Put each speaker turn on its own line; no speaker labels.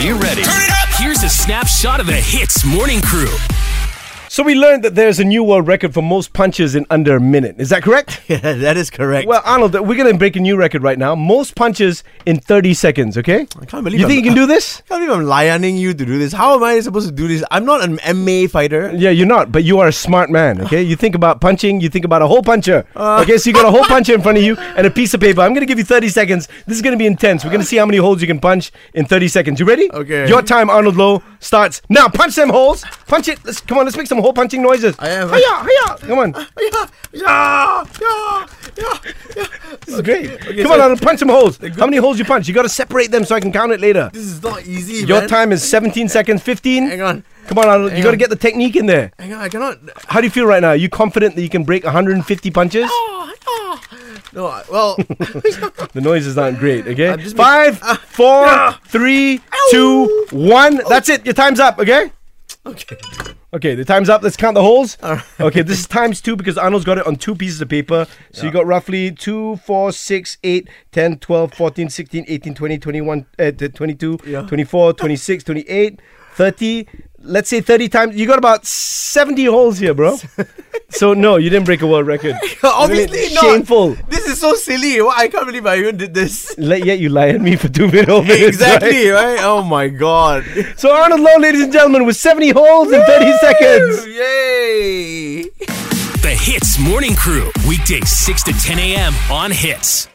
you ready? Turn it up! Here's a snapshot of the Hits Morning Crew.
So we learned that there's a new world record for most punches in under a minute. Is that correct?
Yeah, that is correct.
Well, Arnold, we're going to break a new record right now. Most punches in 30 seconds, okay?
I can't believe
You think
I'm-
you can do this?
I can't believe I'm lioning you to do this. How am I supposed to do this? I'm not an MMA fighter.
Yeah, you're not, but you are a smart man, okay? You think about punching, you think about a hole puncher.
Uh.
Okay, so you got a hole puncher in front of you and a piece of paper. I'm going to give you 30 seconds. This is going to be intense. We're going to see how many holes you can punch in 30 seconds. You ready?
Okay.
Your time, Arnold Lowe, starts now. Punch them holes. Punch it. Let's Come on, let's make some hole punching noises.
I am.
Hiya, hiya. Come on.
Yeah, yeah, yeah, yeah, yeah.
This is great.
okay,
Come
so-
on, Arnold, punch some holes. How many holes you punch? You got to separate them so I can count it later.
This is not easy,
Your
man.
time is 17 seconds, 15.
Hang on.
Come on, Arnold. You
Hang
got to
on.
get the technique in there.
Hang on, I cannot.
How do you feel right now? Are you confident that you can break 150 punches?
Oh, oh. No, I- well,
The noises aren't great, okay?
I'm just ma-
Five,
Ah.
four, three, two, one. That's it. Your time's up, okay?
okay.
Okay, the time's up. Let's count the holes. Okay, this is times two because Arnold's got it on two pieces of paper. So you got roughly 2, 4, 6, 8, 10, 12, 14, 16, 18, 20, 21, uh, t- 22,
Yeah.
24, 26, 28, 30. Let's say 30 times. You got about 70 holes here, bro. so, no, you didn't break a world record.
Obviously not.
Shameful.
This is so silly. Why- I can't believe I even did this.
Let yet you lie at me for two minutes.
Exactly, right? Oh my god.
So Arnold Lowe, ladies and gentlemen, with 70 holes in 30 seconds.
Yay!
The Hits Morning Crew, weekdays 6 to 10 a.m. on Hits.